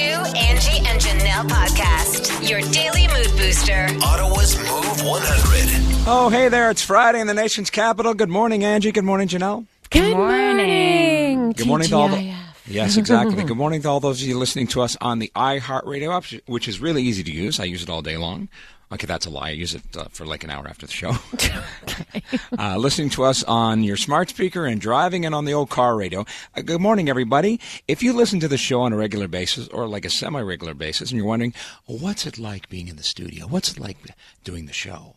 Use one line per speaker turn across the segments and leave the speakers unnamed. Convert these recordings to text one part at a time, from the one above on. Angie and Janelle podcast, your daily mood booster.
Ottawa's Move 100.
Oh, hey there. It's Friday in the nation's capital. Good morning, Angie. Good morning, Janelle.
Good morning.
Good morning to all the. Yes, exactly. Good morning to all those of you listening to us on the iHeartRadio app, which is really easy to use. I use it all day long. Okay, that's a lie. I use it uh, for like an hour after the show. uh, listening to us on your smart speaker and driving and on the old car radio. Uh, good morning, everybody. If you listen to the show on a regular basis or like a semi regular basis and you're wondering, what's it like being in the studio? What's it like doing the show?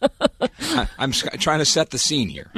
I- I'm sc- trying to set the scene here.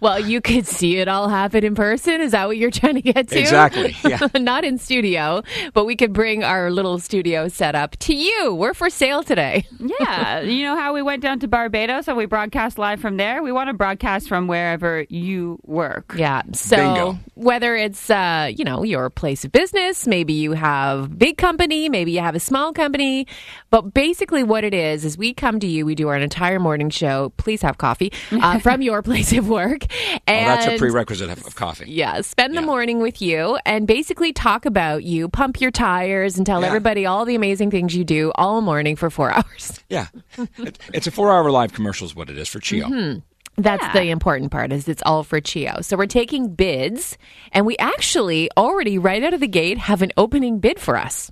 Well, you could see it all happen in person. Is that what you're trying to get to?
Exactly, yeah.
Not in studio, but we could bring our little studio setup to you. We're for sale today.
Yeah, you know how we went down to Barbados and we broadcast live from there? We want to broadcast from wherever you work.
Yeah. So
Bingo.
whether it's uh, you know, your place of business, maybe you have big company, maybe you have a small company, but basically what it is is we come to you, we do our entire morning show. Please have coffee uh, from your place of work.
Well, Oh, that's a
and-
prerequisite of, of coffee.
Yeah, spend the
Yeah.
morning with you and basically talk about you, pump your tires, and tell
Yeah.
everybody all the amazing things you do all morning for four hours.
Yeah. It- it's a four hour live commercial, is what it is for Chio.
Mm-hmm. That's the important part is it's all for Chio. So we're taking bids and we actually already right out of the gate have an opening bid for us.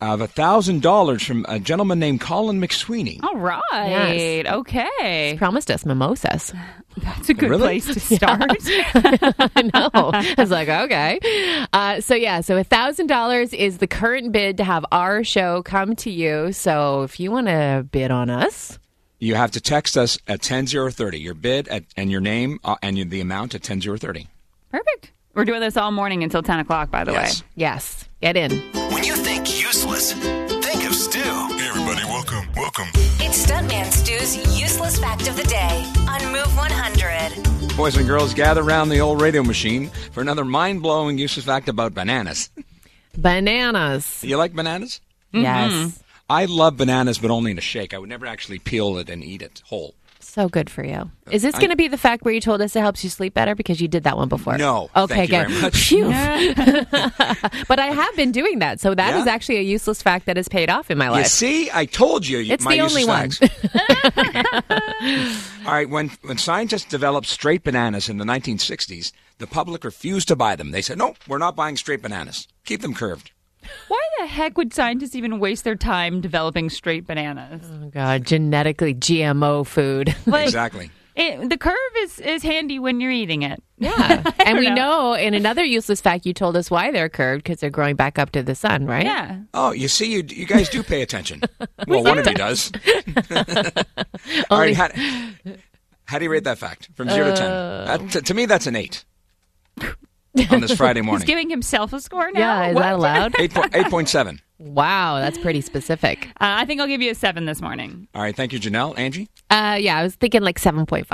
Of a $1,000 from a gentleman named Colin McSweeney.
Oh.
All right.
Yes.
Okay.
Promised us mimosas.
That's a good
Really?
place to start.
I know. I was like, okay. Uh, so yeah, so a thousand dollars is the current bid to have our show come to you. So if you want to bid on us,
You have to text us at 10030, your bid at, and your name uh, and your, the amount at 10030.
Perfect. We're doing this all morning until 10 o'clock, by the
Yes.
way.
yes, get in.
When you think useless, think of Stu. Hey, everybody, welcome, welcome.
It's Stuntman Stu's useless fact of the day on Move 100.
Boys and girls, gather round the old radio machine for another mind blowing useless fact about bananas.
Bananas.
you like bananas?
Mm-hmm. Yes.
I love bananas, but only in a shake. I would never actually peel it and eat it whole.
So good for
Uh,
you. Is this going to be the fact where you told us it helps you sleep better because you did that one before?
No,
Okay,
thank you
good.
very much.
Phew. but I have been doing that, so that is
Yeah.
actually a useless fact that has paid off in my
You
life.
see, I told you. you-
It's
my
the only
useless facts. All right, when when scientists developed straight bananas in the 1960s, the public refused to buy them. They said, "No, we're not buying straight bananas. Keep them curved."
Why the heck would scientists even waste their time developing straight bananas?
Oh God, genetically GMO food.
Like,
exactly.
it- the curve is, is handy when you're eating it.
Yeah. and we
know.
know in another useless fact you told us why they're curved because they're growing back up to the sun, right?
Yeah.
Oh, you see, you you guys do pay attention. well, one of you does. All right, how, how do you rate that fact from zero to ten?
Uh,
That, to, to me, that's an eight. On this Friday
He's
morning,
giving himself a score now.
Yeah, is
What?
that allowed?
eight point eight point seven.
wow, that's pretty specific.
Uh, I think I'll give you a seven this morning.
All right, thank you, Janelle, Angie.
Uh, yeah, I was thinking like 7.5.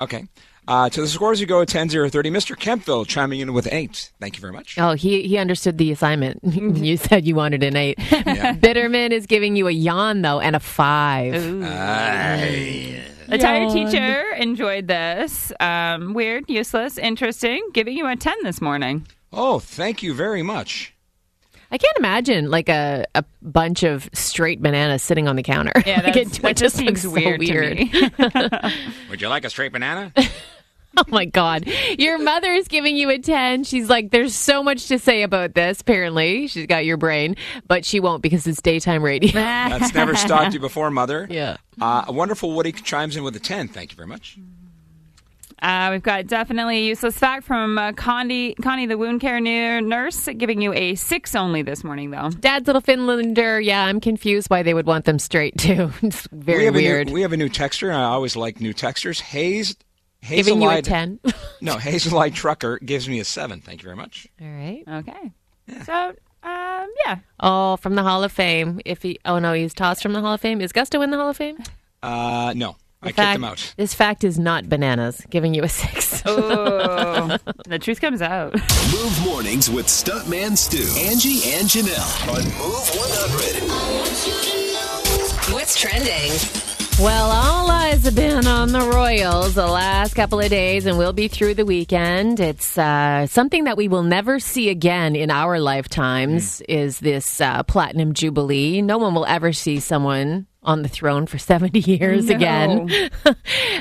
Okay. Uh, to the scores you go at 10 0 30. Mr. Kempville chiming in with 8. Thank you very much.
Oh, he he understood the assignment.
Mm-hmm.
you said you wanted an eight. Bitterman is giving you a yawn though and a five.
The tire teacher enjoyed this. Um, weird, useless, interesting. Giving you a 10 this morning.
Oh, thank you very much.
I can't imagine like a, a bunch of straight bananas sitting on the counter.
Yeah,
Like,
that's,
it
that just
looks
seems
so
weird, to me.
Would you like a straight banana?
Oh my god, your mother is giving you a ten. She's like, there's so much to say about this. Apparently, she's got your brain, but she won't because it's daytime radio.
That's never stopped you before, Mother.
yeah.
Uh, a wonderful Woody chimes in with a 10. Thank you very much.
Uh, we've got definitely a useless fact from uh, Condi, Connie, the wound care nu- nurse, giving you a six only this morning, though.
Dad's little Finlander. Yeah, I'm confused why they would want them straight too. it's
We
very
have, a
weird.
new, we have a new texture. I always like new textures. Hayes.
giving you a
Hazelite-
ten.
No, Hazelite Trucker gives me a 7. Thank you very much.
All right.
Okay. So, um, yeah.
Oh, from the Hall of Fame. If he, oh no, he's tossed from the Hall of Fame. Is Gusto in the Hall of Fame?
Uh, no, I kicked
Fact-
him out.
This fact is not bananas. Giving you a six.
Oh, the truth comes out.
Move mornings with Stuntman Stu, Angie, and Janelle on Move 100.
What's trending?
Well, all eyes have been on the Royals the last couple of days, and we'll be through the weekend. It's uh, something that we will never see again in our lifetimes.
Hmm.
Is this uh, platinum jubilee? No one will ever see someone on the throne for seventy years
No.
again.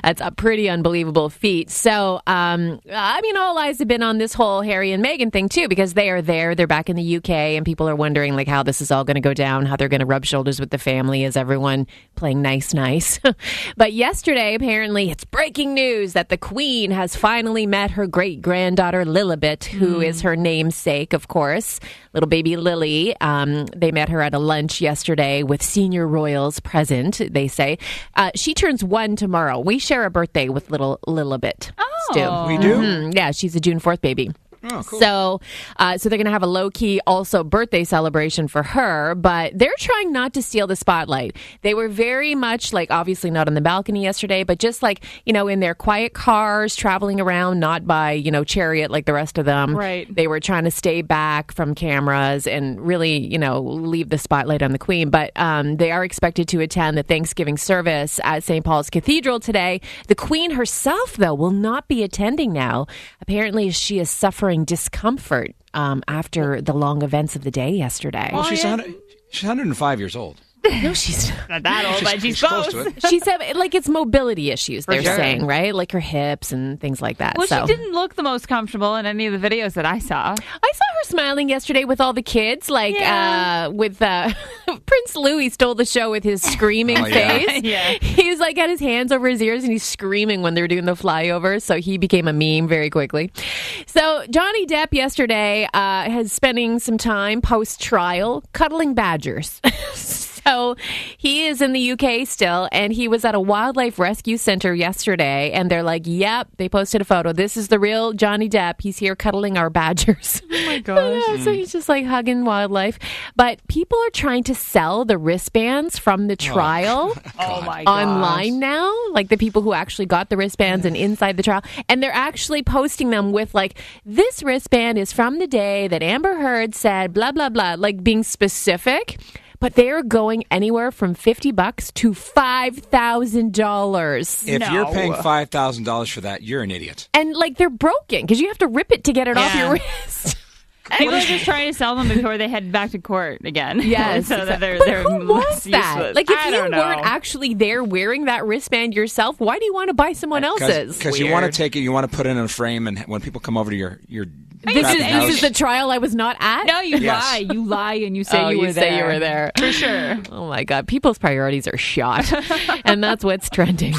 That's a pretty unbelievable feat. So, um, I mean, all eyes have been on this whole Harry and Meghan thing too, because they are there. They're back in the UK, and people are wondering like how this is all going to go down, how they're going to rub shoulders with the family. Is everyone playing nice, nice? but yesterday, apparently, it's breaking news that the Queen has finally met her great granddaughter Lilibet, who is her namesake, of course, little baby Lily. Um, they met her at a lunch yesterday with senior royals present. They say uh, she turns one tomorrow. We share a birthday with little Lilibet.
Oh.
We do?
Mm, yeah, she's a June fourth baby.
Oh, cool.
So, uh, so they're going to have a low key also birthday celebration for her, but they're trying not to steal the spotlight. They were very much like obviously not on the balcony yesterday, but just like you know in their quiet cars traveling around, not by you know chariot like the rest of them.
Right.
They were trying to stay back from cameras and really you know leave the spotlight on the queen. But um, they are expected to attend the Thanksgiving service at St. Paul's Cathedral today. The queen herself though will not be attending now. Apparently, she is suffering discomfort um, after the long events of the day yesterday.
Well, she's, 100, she's 105 years old.
no, she's
Not that old, but she's
She's close
close.
to it.
she's having like it's mobility issues. They're
sure.
saying right, like her hips and things like that.
Well,
so.
she didn't look the most comfortable in any of the videos that I saw.
I saw her smiling yesterday with all the kids, like
Yeah.
uh, with uh, Prince Louis stole the show with his screaming
Oh, yeah.
face.
Yeah.
he was like got his hands over his ears and he's screaming when they're doing the flyover. So he became a meme very quickly. So Johnny Depp yesterday uh, has spending some time post trial cuddling badgers. So he is in the UK still, and he was at a wildlife rescue center yesterday. And they're like, "Yep," they posted a photo. This is the real Johnny Depp. He's here cuddling our badgers. Oh my gosh! so he's just like hugging wildlife. But people are trying to sell the wristbands from the trial
Oh my god!
online now, like the people who actually got the wristbands and inside the trial, and they're actually posting them with like this wristband is from the day that Amber Heard said blah blah blah, like being specific. But they are going anywhere from fifty bucks to five thousand dollars,
If you're
No.
paying $5,000 for that, you're an idiot.
and like they're broken because you have to rip it to get it off
Yeah.
your wrist.
People are just trying to sell them before they head back to court again.
Yes,
so that
exactly.
they're
but
they're
who was
less
that?
useless.
Like, if
I
you
don't
weren't
know.
actually there wearing that wristband yourself, why do you want to buy
Uh,
someone else's?
Because you want to
Weird.
take it, you want to put it in a frame, and when people come over to your your
This is
crappy house,
this is the trial I was not at.
no, you
Yes.
lie, you lie, and you say
Oh,
you,
you
were
say
there.
you were there.
for sure.
Oh my God, people's priorities are shot. and that's what's trending.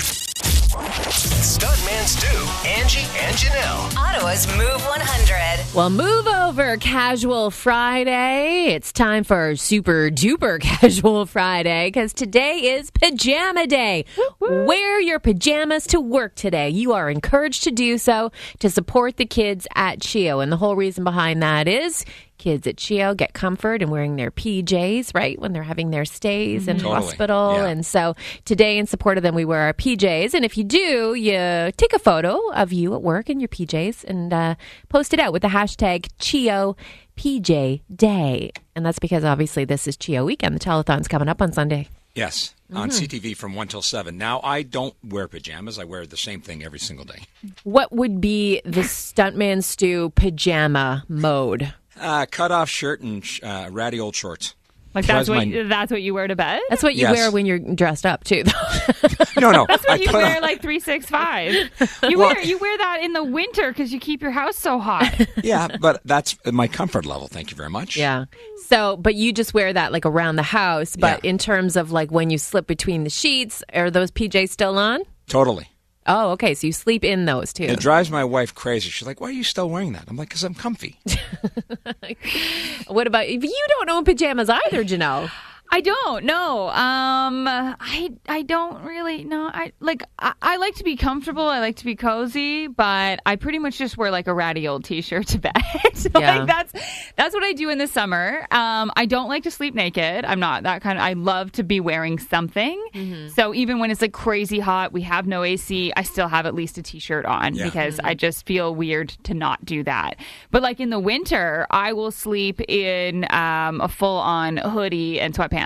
Stuntman Stu, Angie, and Janelle.
Ottawa's Move 100.
Well, move over, Casual Friday. It's time for Super Duper Casual Friday because today is Pajama Day. Wear your pajamas to work today. You are encouraged to do so to support the kids at CHEO. And the whole reason behind that is kids at CHEO get comfort in wearing their PJs, right, when they're having their stays in
Mm-hmm. Totally.
hospital
Yeah.
and and so today, in support of them, we wear our PJs. And if you do, you take a photo of you at work in your PJs and uh, post it out with the hashtag Chio PJ Day. And that's because obviously this is Chio weekend. The telethon's coming up on Sunday.
yes
Mm-hmm.
on CTV from one till seven. Now I don't wear pajamas; I wear the same thing every single day.
What would be the stuntman stew pajama mode?
Uh, cut off shirt and sh- uh, ratty old shorts.
Like that's
Because
what
my-
you- that's what you wear to bed.
That's what you
Yes.
wear when you're dressed up too. though.
No, no.
That's
I
what you
put
wear
on-
like three six five. You wear you wear that in the winter because you keep your house so hot.
yeah, but that's my comfort level. Thank you very much.
yeah. So, but you just wear that like around the house. But
Yeah.
in terms of like when you slip between the sheets, are those PJs still on?
totally.
Oh, okay. So you sleep in those too.
It drives my wife crazy. She's like, "Why are you still wearing that?" I'm like, "Cause I'm comfy."
What about if you don't own pajamas either, Janelle?
I don't know. Um, I I don't really know. I like I, I like to be comfortable. I like to be cozy, but I pretty much just wear like a ratty old t-shirt to bed. like
Yeah.
that's that's what I do in the summer. Um, I don't like to sleep naked. I'm not that kind of. I love to be wearing something.
Mm-hmm.
So even when it's like crazy hot, we have no AC. I still have at least a t-shirt on
Yeah. Mm-hmm.
because I just feel weird to not do that. But like in the winter, I will sleep in um, a full-on hoodie and sweatpants.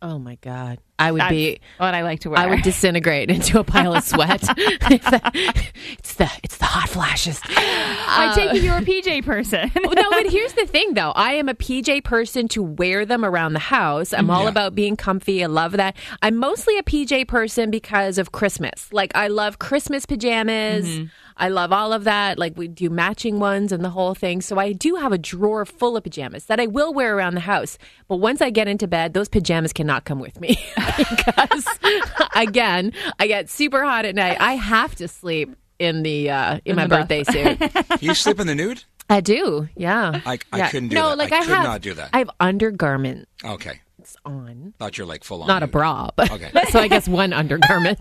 Oh my god. I would
That's
be.
what I like to wear.
I would disintegrate into a pile of sweat. it's, the, it's the it's the hot flashes.
I take it you're a PJ person.
Well, no, but here's the thing, though. I am a PJ person to wear them around the house. I'm all
Yeah.
about being comfy. I love that. I'm mostly a PJ person because of Christmas. Like, I love Christmas pajamas. I love all of that. Like, we do matching ones and the whole thing. So, I do have a drawer full of pajamas that I will wear around the house. But once I get into bed, those pajamas cannot come with me because, again, I get super hot at night. I have to sleep in the uh, in, my
the bath.
birthday suit.
You sleep in the nude?
I do. Yeah.
I, I
Yeah.
couldn't do
no,
that.
like
I,
I,
could
have,
not do that.
I have undergarments
okay.
on,
Thought you're like full on.
not a
nude.
bra, but
Mm. Okay.
so I guess one undergarment.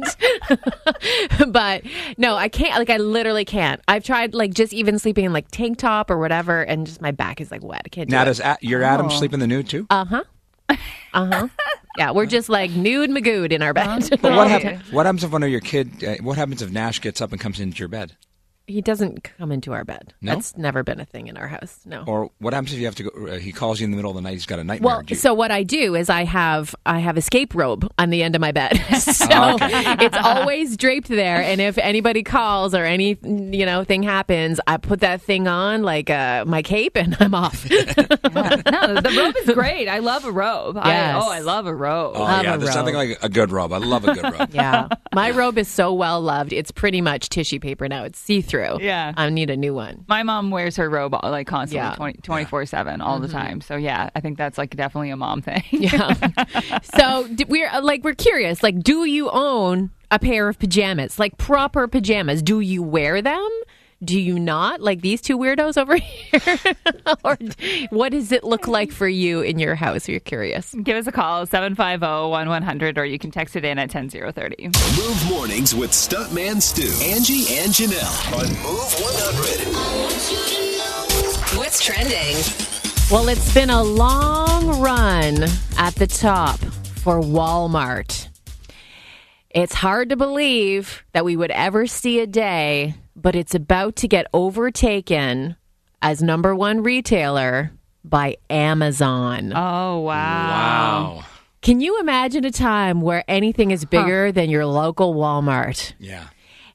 but no, I can't. Like I literally can't. I've tried like just even sleeping in like tank top or whatever, and just my back is like wet. I can't do
Now,
it.
does A-
Oh.
your Adam sleep in the nude too?
Uh huh. Uh huh. yeah, we're just like nude magooed in our bed.
But what, hap- what happens if one of your kid? Uh, what happens if Nash gets up and comes into your bed?
he doesn't come into our bed.
No?
That's never been a thing in our house. No.
Or what happens if you have to go? Uh, he calls you in the middle of the night. He's got a nightmare.
Well,
Do you-
so what I do is I have I have escape robe on the end of my bed, so it's always draped there. And if anybody calls or any you know thing happens, I put that thing on like uh, my cape and I'm off.
no, the robe is great. I love a robe. I,
Yes.
oh, I love a robe.
oh
love
yeah,
a
there's nothing
robe.
like a good robe. I love a good robe.
yeah, my robe is so well loved; it's pretty much tissue paper now. It's see through.
Yeah.
I need a new one.
My mom wears her robe all- like
Yeah.
constantly, 24 7 all the time. So, yeah, I think that's like definitely a mom thing.
Yeah. so d- we're uh, like we're curious. Like, do you own a pair of pajamas? Like proper pajamas? Do you wear them? Do you not? Like these two weirdos over here? or d- what does it look like for you in your house? We're curious.
Give us a call, oh, 750 1100, or you can text it in at 10030.
Move mornings with Stuntman Stu, Angie, and Janelle on Move 100.
What's trending?
Well, it's been a long run at the top for Walmart. It's hard to believe that we would ever see a day, but it's about to get overtaken as number one retailer by Amazon.
Oh, wow.
Wow.
Can you imagine a time where anything is bigger than your local Walmart?
Yeah.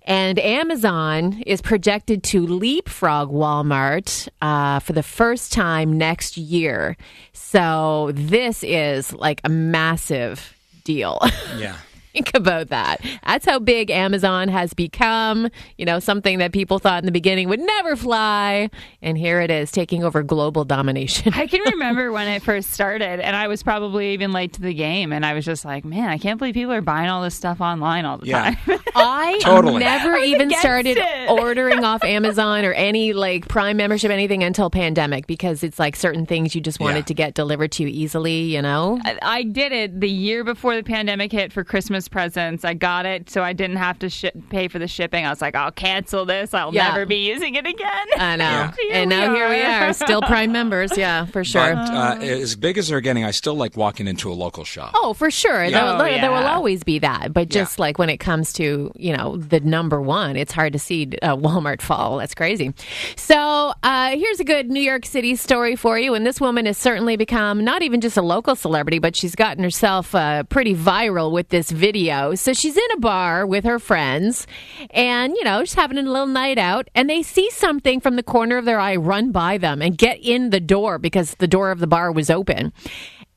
And Amazon is projected to leapfrog Walmart uh, for the first time next year. So this is like a massive deal.
Yeah.
Think about that. That's how big Amazon has become. You know, something that people thought in the beginning would never fly. And here it is taking over global domination.
I can remember when it first started, and I was probably even late to the game, and I was just like, man, I can't believe people are buying all this stuff online all the
Yeah.
time.
I
Totally.
never even
against
started
it.
ordering off Amazon or any like Prime membership anything until pandemic because it's like certain things you just wanted
Yeah.
to get delivered to you easily, you know.
I- I did it the year before the pandemic hit for Christmas presents. I got it, so I didn't have to shi pay for the shipping. I was like, I'll cancel this. I'll
Yeah.
never be using it again.
I know.
Here
And
we
now here we
are.
are, still Prime members, yeah, for sure.
But, uh, as big as they're getting, I still like walking into a local shop.
Oh, for sure. There,
Oh,
there- there will
yeah.
always be that. But
Yeah.
just like when it comes to, you know, the number one, it's hard to see uh, Walmart fall. That's crazy. So uh, here's a good New York City story for you. And this woman has certainly become not even just a local celebrity, but she's gotten herself uh, pretty viral with this video. So she's in a bar with her friends and, you know, just having a little night out. And they see something from the corner of their eye run by them and get in the door because the door of the bar was open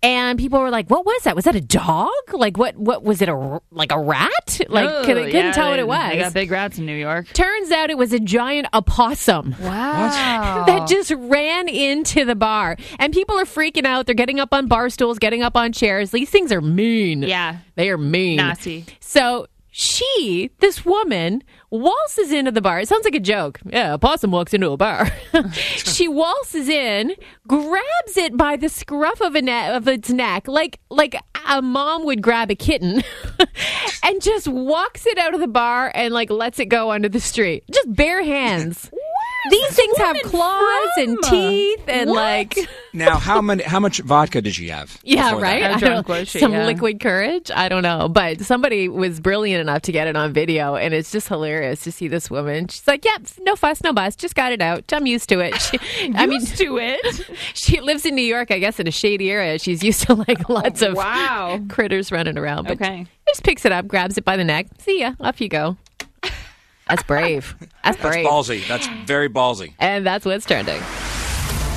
and people were like, "What was that? Was that a dog? Like what? What was it? A r- like a rat? Like
Ooh,
could- couldn't
yeah,
tell what
they-
it
They got
was."
big rats in New York.
Turns out it was a giant opossum
Wow.
that just ran into the bar, and people are freaking out. They're getting up on bar stools, getting up on chairs. These things are mean.
Yeah.
they are mean.
Nasty.
So. She, this woman, waltzes into the bar. It sounds like a joke. Yeah, a possum walks into a bar. she waltzes in, grabs it by the scruff of, a ne- of its neck, like like a mom would grab a kitten, and just walks it out of the bar and like lets it go onto the street, just bare hands. These things have claws and teeth and like
Now, how many? How much vodka did she have?
yeah,
before that?
right.
How
I don't
drunk
know.
was she?
Some
Yeah.
liquid courage. I don't know, but somebody was brilliant enough to get it on video, and it's just hilarious to see this woman. She's like, "Yep, no fuss, no bust. Just got it out. I'm used to it." She, I mean,
Used to it.
she lives in New York, I guess, in a shady area. She's used to like lots of
Oh, wow.
critters running around. But
Okay.
just picks it up, grabs it by the neck. See ya. Off you go. That's brave. That's brave.
Ballsy. That's very ballsy.
and that's what's trending.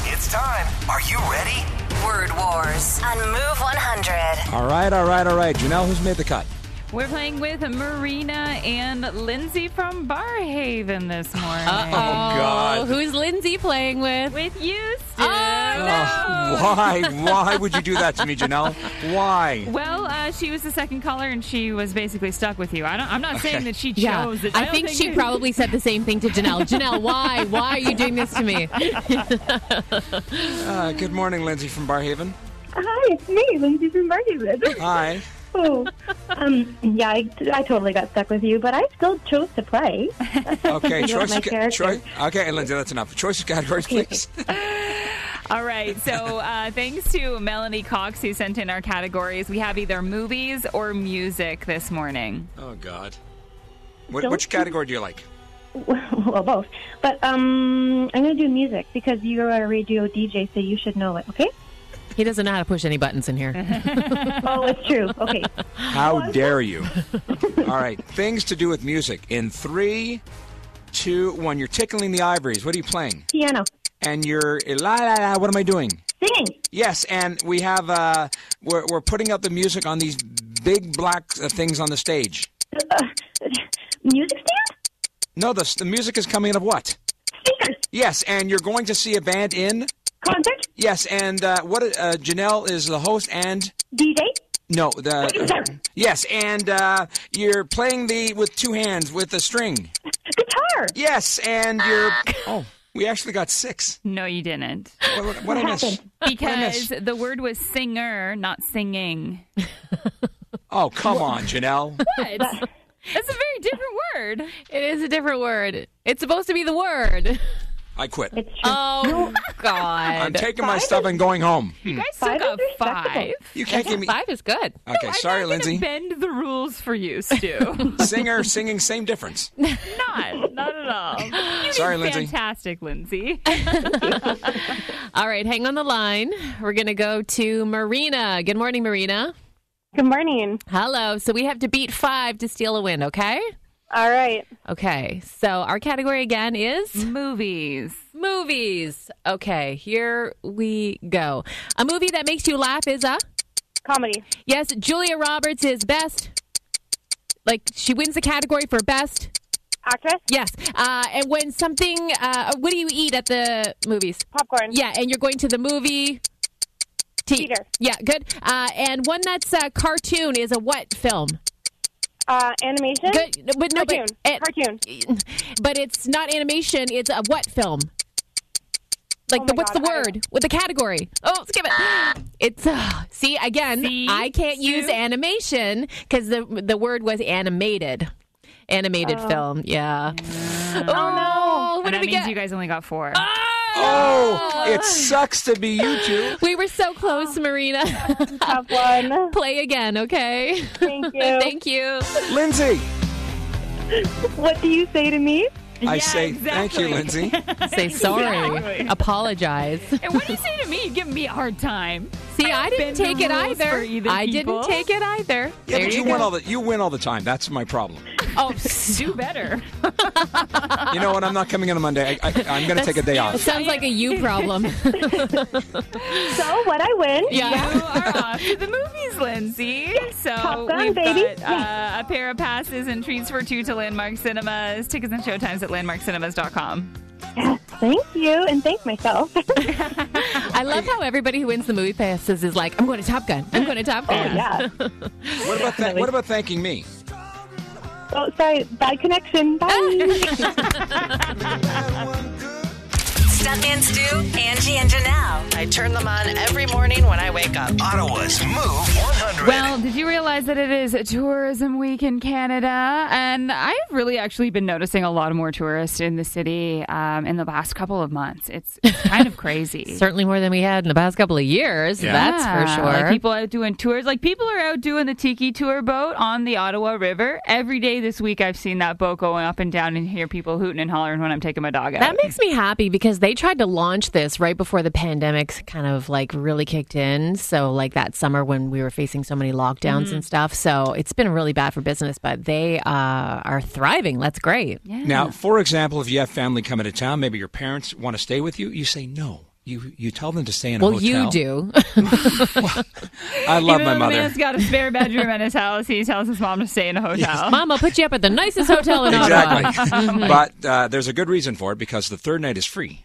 It's time. Are you ready?
Word Wars on Move 100.
All right, all right, all right. Janelle, who's made the cut?
We're playing with Marina and Lindsay from Barhaven this morning.
Oh, who's Lindsay playing with? Oh,
With you, Stu.
Oh. Uh, Why? Why would you do that to me, Janelle? Why?
Well, uh, she was the second caller, and she was basically stuck with you. I don't, I'm not saying that she chose.
Yeah,
It.
I
don't
think she probably said the same thing to Janelle. Janelle, why? Why are you doing this to me?
Uh, good morning, Lindsay from Barhaven.
Hi, it's me, Lindsay from Barneywood.
Hi.
Oh, um, yeah, I, I totally got stuck with you, but I still chose to play.
Okay,
You're
choice.
my character.
choice. Okay, Lindsay, that's enough. Choice categories, please.
All right. So, uh, thanks to Melanie Cox who sent in our categories. We have either movies or music this morning.
Oh God. What,
Don't
which
you-
category do you like?
well, both. But um, I'm going to do music because you are a radio DJ, so you should know it, okay?
He doesn't know how to push any buttons in here.
oh, it's true. Okay.
How dare you? All right, things to do with music. In three, two, one. You're tickling the ivories. What are you playing?
Piano.
And you're la la la. What am I doing?
Singing.
Yes, and we have uh, we're we're putting up the music on these big black uh, things on the stage.
Uh, music stand?
No, the the music is coming out of what?
Speakers.
Yes, and you're going to see a band in.
Concert.
Yes, and uh, what? Uh, Janelle is the host, and
DJ.
no, the yes, and uh, you're playing the with two hands with a string.
Guitar.
Yes, and you're oh, we actually got six.
No, you didn't.
Oh
What, what, what I miss?
happened?
Because the word was singer, not singing.
Oh, come on, Janelle.
That's a very different word.
it is a different word. It's supposed to be the word.
I quit.
It's true.
Oh
I'm
God.
taking my stuff and uh, going home. Hmm.
You guys
Five
took
is
a five.
respectable.
You can't give me.
Five is good.
Okay, sorry,
I'm not gonna
Lindsay.
Bend the rules for you, Stu.
Singer, singing, same difference.
not, not at all. You
Sorry,
did
Lindsay.
Fantastic, Lindsay.
All right, hang on the line. We're gonna go to Marina. Good morning, Marina.
Good morning.
Hello. So we have to beat five to steal a win, okay?
All right.
Okay. So our category again is
Movies.
movies. Okay, here we go. A movie that makes you laugh is a
Comedy.
yes. Julia Roberts is best. Like she wins the category for best.
Actress.
Yes. Uh, and when something, uh, what do you eat at the movies?
Popcorn.
Yeah, and you're going to the movie. Te-
Theater.
Yeah, good. Uh, and one that's a cartoon is a what film?
Uh, animation.
Good, no, but no,
Cartoon.
But, it-
Cartoon.
but it's not animation. It's a what film? Like
Oh
the,
my
what's
God,
the
I-
word? With the category? Oh, skip it. It's uh, see again.
See?
I can't
Sue?
use animation because the the word was animated, animated film. Yeah. Oh no! What did
and that
we
means
get?
you guys only got four.
Oh, it sucks to be you two.
we were so close, Marina.
Have one.
Play again, okay?
Thank you.
Thank you.
Lindsay.
What do you say to me?
I
Yeah,
say thank you,
exactly.
Lindsay.
Say sorry.
Exactly.
Apologize.
and what do you say to me? You give me a hard time.
See, I didn't
Bend the
take it
rules
either.
for either
I
people.
didn't take it either.
Yeah,
there
but you
go.
win all the you win all the time. That's my problem.
Oh,
Do better.
You know what? I'm not coming in on Monday. I, I, I'm going to take a day
it
off.
sounds like a you problem.
So what I win?
yeah.
You are off to the movies, Lindsay. So
Gun,
we've
baby.
got uh, a pair of passes and treats for two to Landmark Cinemas. Tickets and showtimes at landmarkcinemas.com.
Thank you, and thank myself.
I love how everybody who wins the movie passes is like, I'm going to Top Gun. I'm going to Top
Oh,
Gun.
yeah.
What about that? What about thanking me?
Oh, sorry. Bad connection. Bye.
Stop Stuntman Stu, Angie, and Janelle.
I turn them on every morning when I wake up.
Ottawa's Move 100.
Well, did you realize that it is tourism week in Canada? And I've really actually been noticing a lot more tourists in the city um, in the last couple of months. It's kind of crazy.
Certainly more than we had in the past couple of years.
Yeah.
That's for
Yeah,
sure.
Like people out doing tours. Like people are out doing the tiki tour boat on the Ottawa River. Every day this week I've seen that boat going up and down and hear people hooting and hollering when I'm taking my dog out.
That makes me happy because they tried to launch this right before the pandemic kind of like really kicked in. So, like that summer when we were facing so many lockdowns
Mm-hmm.
and stuff. So, it's been really bad for business, but they uh, are thriving. That's great.
Now, for example, if you have family coming to town, maybe your parents want to stay with you, you say no. You you tell them to stay in a
Well,
hotel.
you do.
I love
Even
my
though
mother.
The man's got a spare bedroom at his house. He tells his mom to stay in a hotel.
Mom, I'll put you up at the nicest hotel in Ottawa.
Exactly. but uh, there's a good reason for it because the third night is free.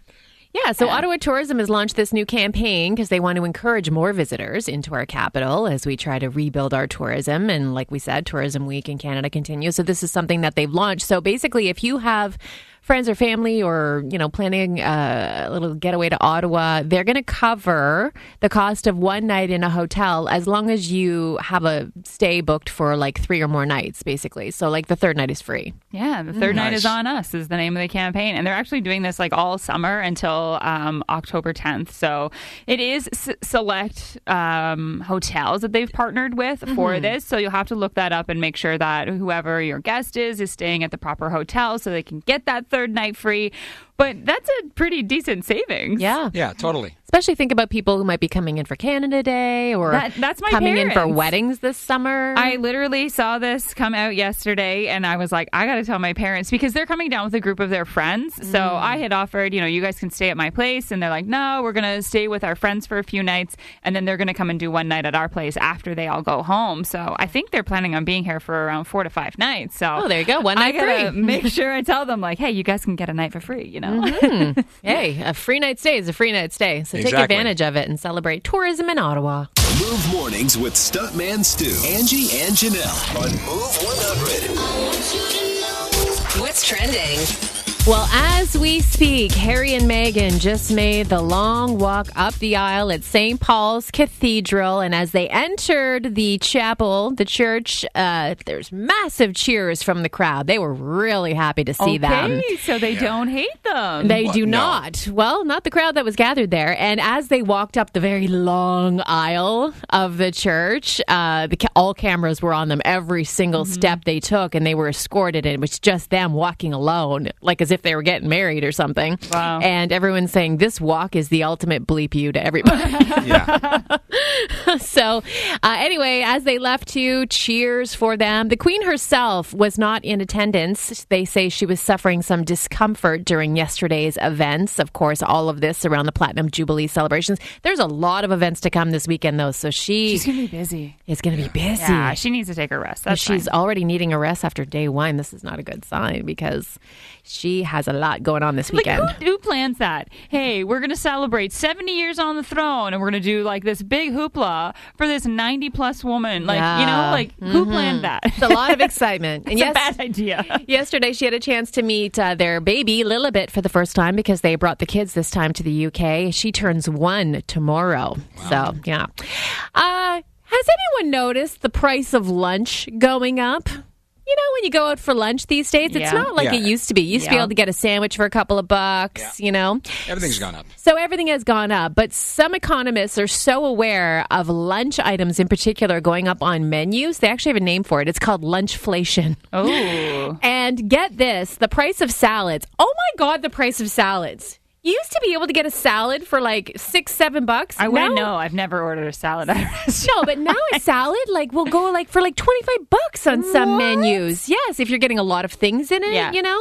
Yeah, so Ottawa Tourism has launched this new campaign because they want to encourage more visitors into our capital as we try to rebuild our tourism. And like we said, Tourism Week in Canada continues. So this is something that they've launched. So basically, if you have friends or family or you know planning uh, a little getaway to Ottawa, they're going to cover the cost of one night in a hotel as long as you have a stay booked for like three or more nights, basically. So like the third night is free.
Yeah, the third night is
Nice.
on us is the name of the campaign, and they're actually doing this like all summer until um, October 10th. So it is s- select um, hotels that they've partnered with for this. So you'll have to look that up and make sure that whoever your guest is is staying at the proper hotel so they can get that third night free. But that's a pretty decent savings.
Yeah.
Yeah, totally.
Especially think about people who might be coming in for Canada Day or
That- that's my
coming in for
parents.
weddings this summer.
I literally saw this come out yesterday and I was like, I got to tell my parents because they're coming down with a group of their friends. So I had offered, you know, you guys can stay at my place. And they're like, no, we're going to stay with our friends for a few nights. And then they're going to come and do one night at our place after they all go home. So I think they're planning on being here for around four to five nights. So
Oh, there you go. One night
I gotta
free.
make sure I tell them, like, hey, you guys can get a night for free, you know?
hey, a free night stay is a free night stay. So take
Exactly.
advantage of it and celebrate tourism in Ottawa.
Move mornings with Stuntman Stu, Angie, and Janelle on Move 100.
What's trending?
Well, as we speak, Harry and Meghan just made the long walk up the aisle at St. Paul's Cathedral. And as they entered the chapel, the church, uh, there's massive cheers from the crowd. They were really happy to see them.
Okay, so they don't hate them.
They do
No.
not. Well, not the crowd that was gathered there. And as they walked up the very long aisle of the church, uh, the, ca- all cameras were on them every single step they took, and they were escorted. And it was just them walking alone, like as if they were getting married or something.
Wow.
And everyone's saying, This walk is the ultimate bleep you to everybody.
Yeah.
so, uh, anyway, as they left you, cheers for them. The Queen herself was not in attendance. They say she was suffering some discomfort during yesterday's events. Of course, all of this around the Platinum Jubilee celebrations. There's a lot of events to come this weekend, though, so she
She's going to be busy.
is going to be busy.
Yeah, she needs to take a rest.
If
That's fine.
she's already needing a rest after day one, this is not a good sign because she has a lot going on this
Like
weekend.
who, who plans that? Hey, we're gonna celebrate 70 years on the throne, and we're gonna do like this big hoopla for this 90 plus woman. Like you
Yeah.
know, like who planned that?
It's a lot of excitement. And
It's
yes,
a bad idea.
Yesterday, she had a chance to meet uh, their baby Lilibet for the first time because they brought the kids this time to the UK. She turns one tomorrow. So, yeah. Uh, has anyone noticed the price of lunch going up? You know, when you go out for lunch these days, it's
Yeah.
not like
Yeah.
it used to be. You used to be
Yeah.
able to get a sandwich for a couple of bucks, you know?
Everything's gone up.
So everything has gone up, but some economists are so aware of lunch items in particular going up on menus. They actually have a name for it. It's called lunchflation.
Oh,
And get this the price of salads. Oh my God, the price of salads. You used to be able to get a salad for like six, seven bucks.
I wouldn't
Now-
know. I've never ordered a salad at a restaurant.
No, but now a salad like will go like for like 25 bucks on some menus. Yes, if you're getting a lot of things in it,
Yeah.
you know?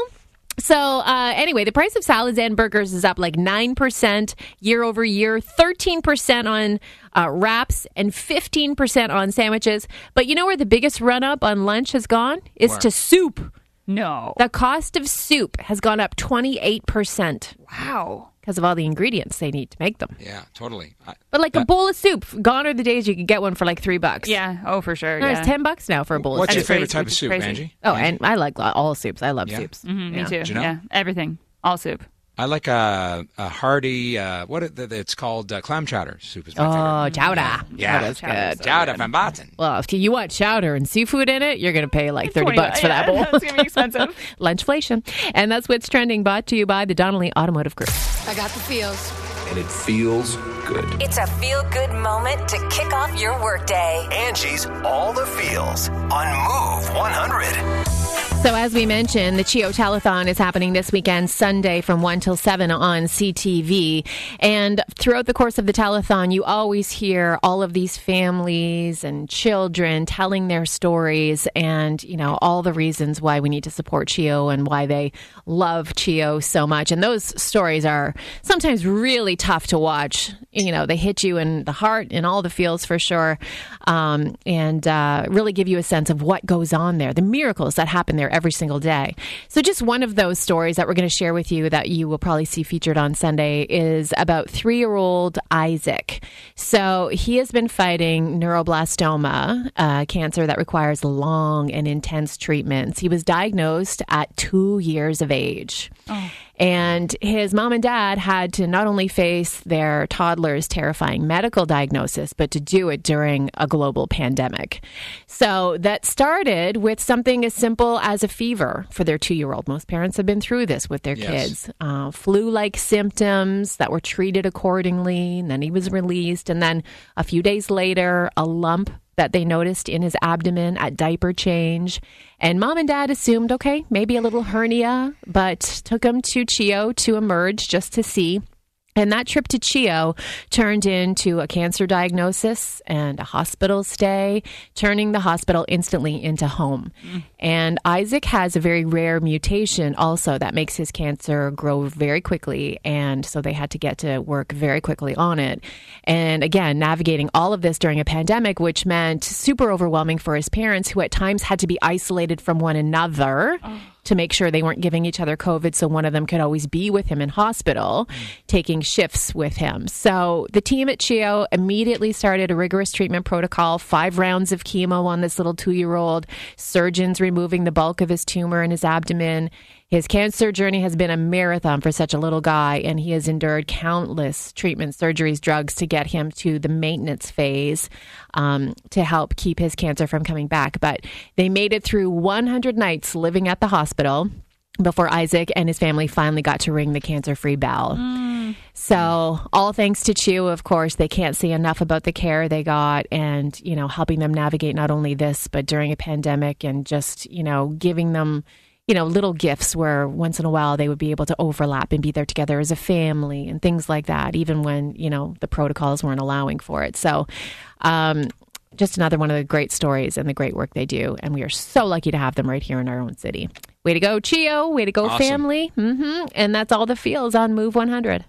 So, uh, anyway, the price of salads and burgers is up like 9% year over year, 13% on uh, wraps, and 15% on sandwiches. But you know where the biggest run up on lunch has gone? Is to soup.
No.
The cost of soup has gone up 28%
Wow.
because of all the ingredients they need to make them.
Yeah, totally. I,
But like a bowl of soup, gone are the days you could get one for like three bucks.
Yeah. Oh, for sure.
No,
Yeah.
It's 10 bucks now for a bowl
what's
of
your
soup.
favorite
crazy,
type of
which is
soup,
crazy.
Angie?
Oh, and I like lo- all soups. I love soups.
Mm, Me too.
Janelle?
Yeah. Everything. All soup.
I like a, a hearty, uh, what it, it's called, uh, clam chowder soup is my
Oh,
favorite.
chowder.
Yeah.
Chowder's
Chowder's
good.
so Chowder from Barton.
Well, if you want chowder and seafood in it, you're going to pay like 30 bucks for that bowl.
That's gonna be expensive.
Lunchflation. And that's what's trending brought to you by the Donnelly Automotive Group.
I got the feels.
and it feels good.
It's a feel good moment to kick off your workday.
Angie's All the Feels on Move 100.
So, as we mentioned, the Chio Telethon is happening this weekend, Sunday from 1 till 7 on CTV. And throughout the course of the telethon, you always hear all of these families and children telling their stories and, you know, all the reasons why we need to support Chio and why they love Chio so much. And those stories are sometimes really tough to watch. You know, they hit you in the heart and all the feels for sure, um, and uh, really give you a sense of what goes on there, the miracles that happen there every single day. So, just one of those stories that we're going to share with you that you will probably see featured on Sunday is about three year old Isaac. So, he has been fighting neuroblastoma, uh, cancer that requires long and intense treatments. He was diagnosed at two years of age. And his mom and dad had to not only face their toddler's terrifying medical diagnosis, but to do it during a global pandemic. So that started with something as simple as a fever for their two year old. Most parents have been through this with their
Yes.
kids uh, flu like symptoms that were treated accordingly. And then he was released. And then a few days later, a lump that they noticed in his abdomen at diaper change. And mom and dad assumed, okay, maybe a little hernia, but took him to Chio to emerge just to see. And that trip to Chio turned into a cancer diagnosis and a hospital stay, turning the hospital instantly into home. And Isaac has a very rare mutation also that makes his cancer grow very quickly. And so they had to get to work very quickly on it. And again, navigating all of this during a pandemic, which meant super overwhelming for his parents, who at times had to be isolated from one another to make sure they weren't giving each other COVID so one of them could always be with him in hospital, taking shifts with him. So the team at Chio immediately started a rigorous treatment protocol, five rounds of chemo on this little two year old, surgeons removing the bulk of his tumor in his abdomen. His cancer journey has been a marathon for such a little guy, and he has endured countless treatments, surgeries, drugs to get him to the maintenance phase um, to help keep his cancer from coming back. But they made it through 100 nights living at the hospital before Isaac and his family finally got to ring the cancer free bell. So, all thanks to Chew, of course, they can't say enough about the care they got and, you know, helping them navigate not only this, but during a pandemic and just, you know, giving them, you know, little gifts where once in a while they would be able to overlap and be there together as a family and things like that, even when, you know, the protocols weren't allowing for it. So, um, just another one of the great stories and the great work they do. And we are so lucky to have them right here in our own city. Way to go, Mm-hmm. Chio. Way to go,
Awesome.
family. hmm And that's all the feels on Move 100.